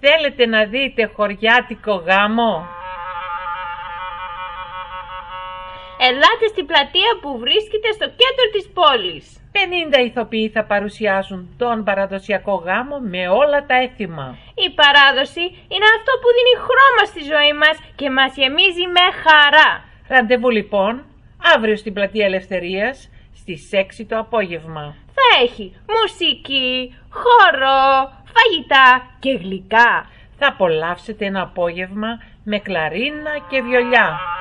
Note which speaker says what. Speaker 1: Θέλετε να δείτε χωριάτικο γάμο.
Speaker 2: Ελάτε στην πλατεία που βρίσκεται στο κέντρο της πόλης.
Speaker 1: 50 ηθοποιοί θα παρουσιάσουν τον παραδοσιακό γάμο με όλα τα έθιμα.
Speaker 2: Η παράδοση είναι αυτό που δίνει χρώμα στη ζωή μας και μας γεμίζει με χαρά.
Speaker 1: Ραντεβού λοιπόν αύριο στην Πλατεία Ελευθερίας στις 6 το απόγευμα.
Speaker 2: Θα έχει μουσική, χώρο, φαγητά και γλυκά.
Speaker 1: Θα απολαύσετε ένα απόγευμα με κλαρίνα και βιολιά.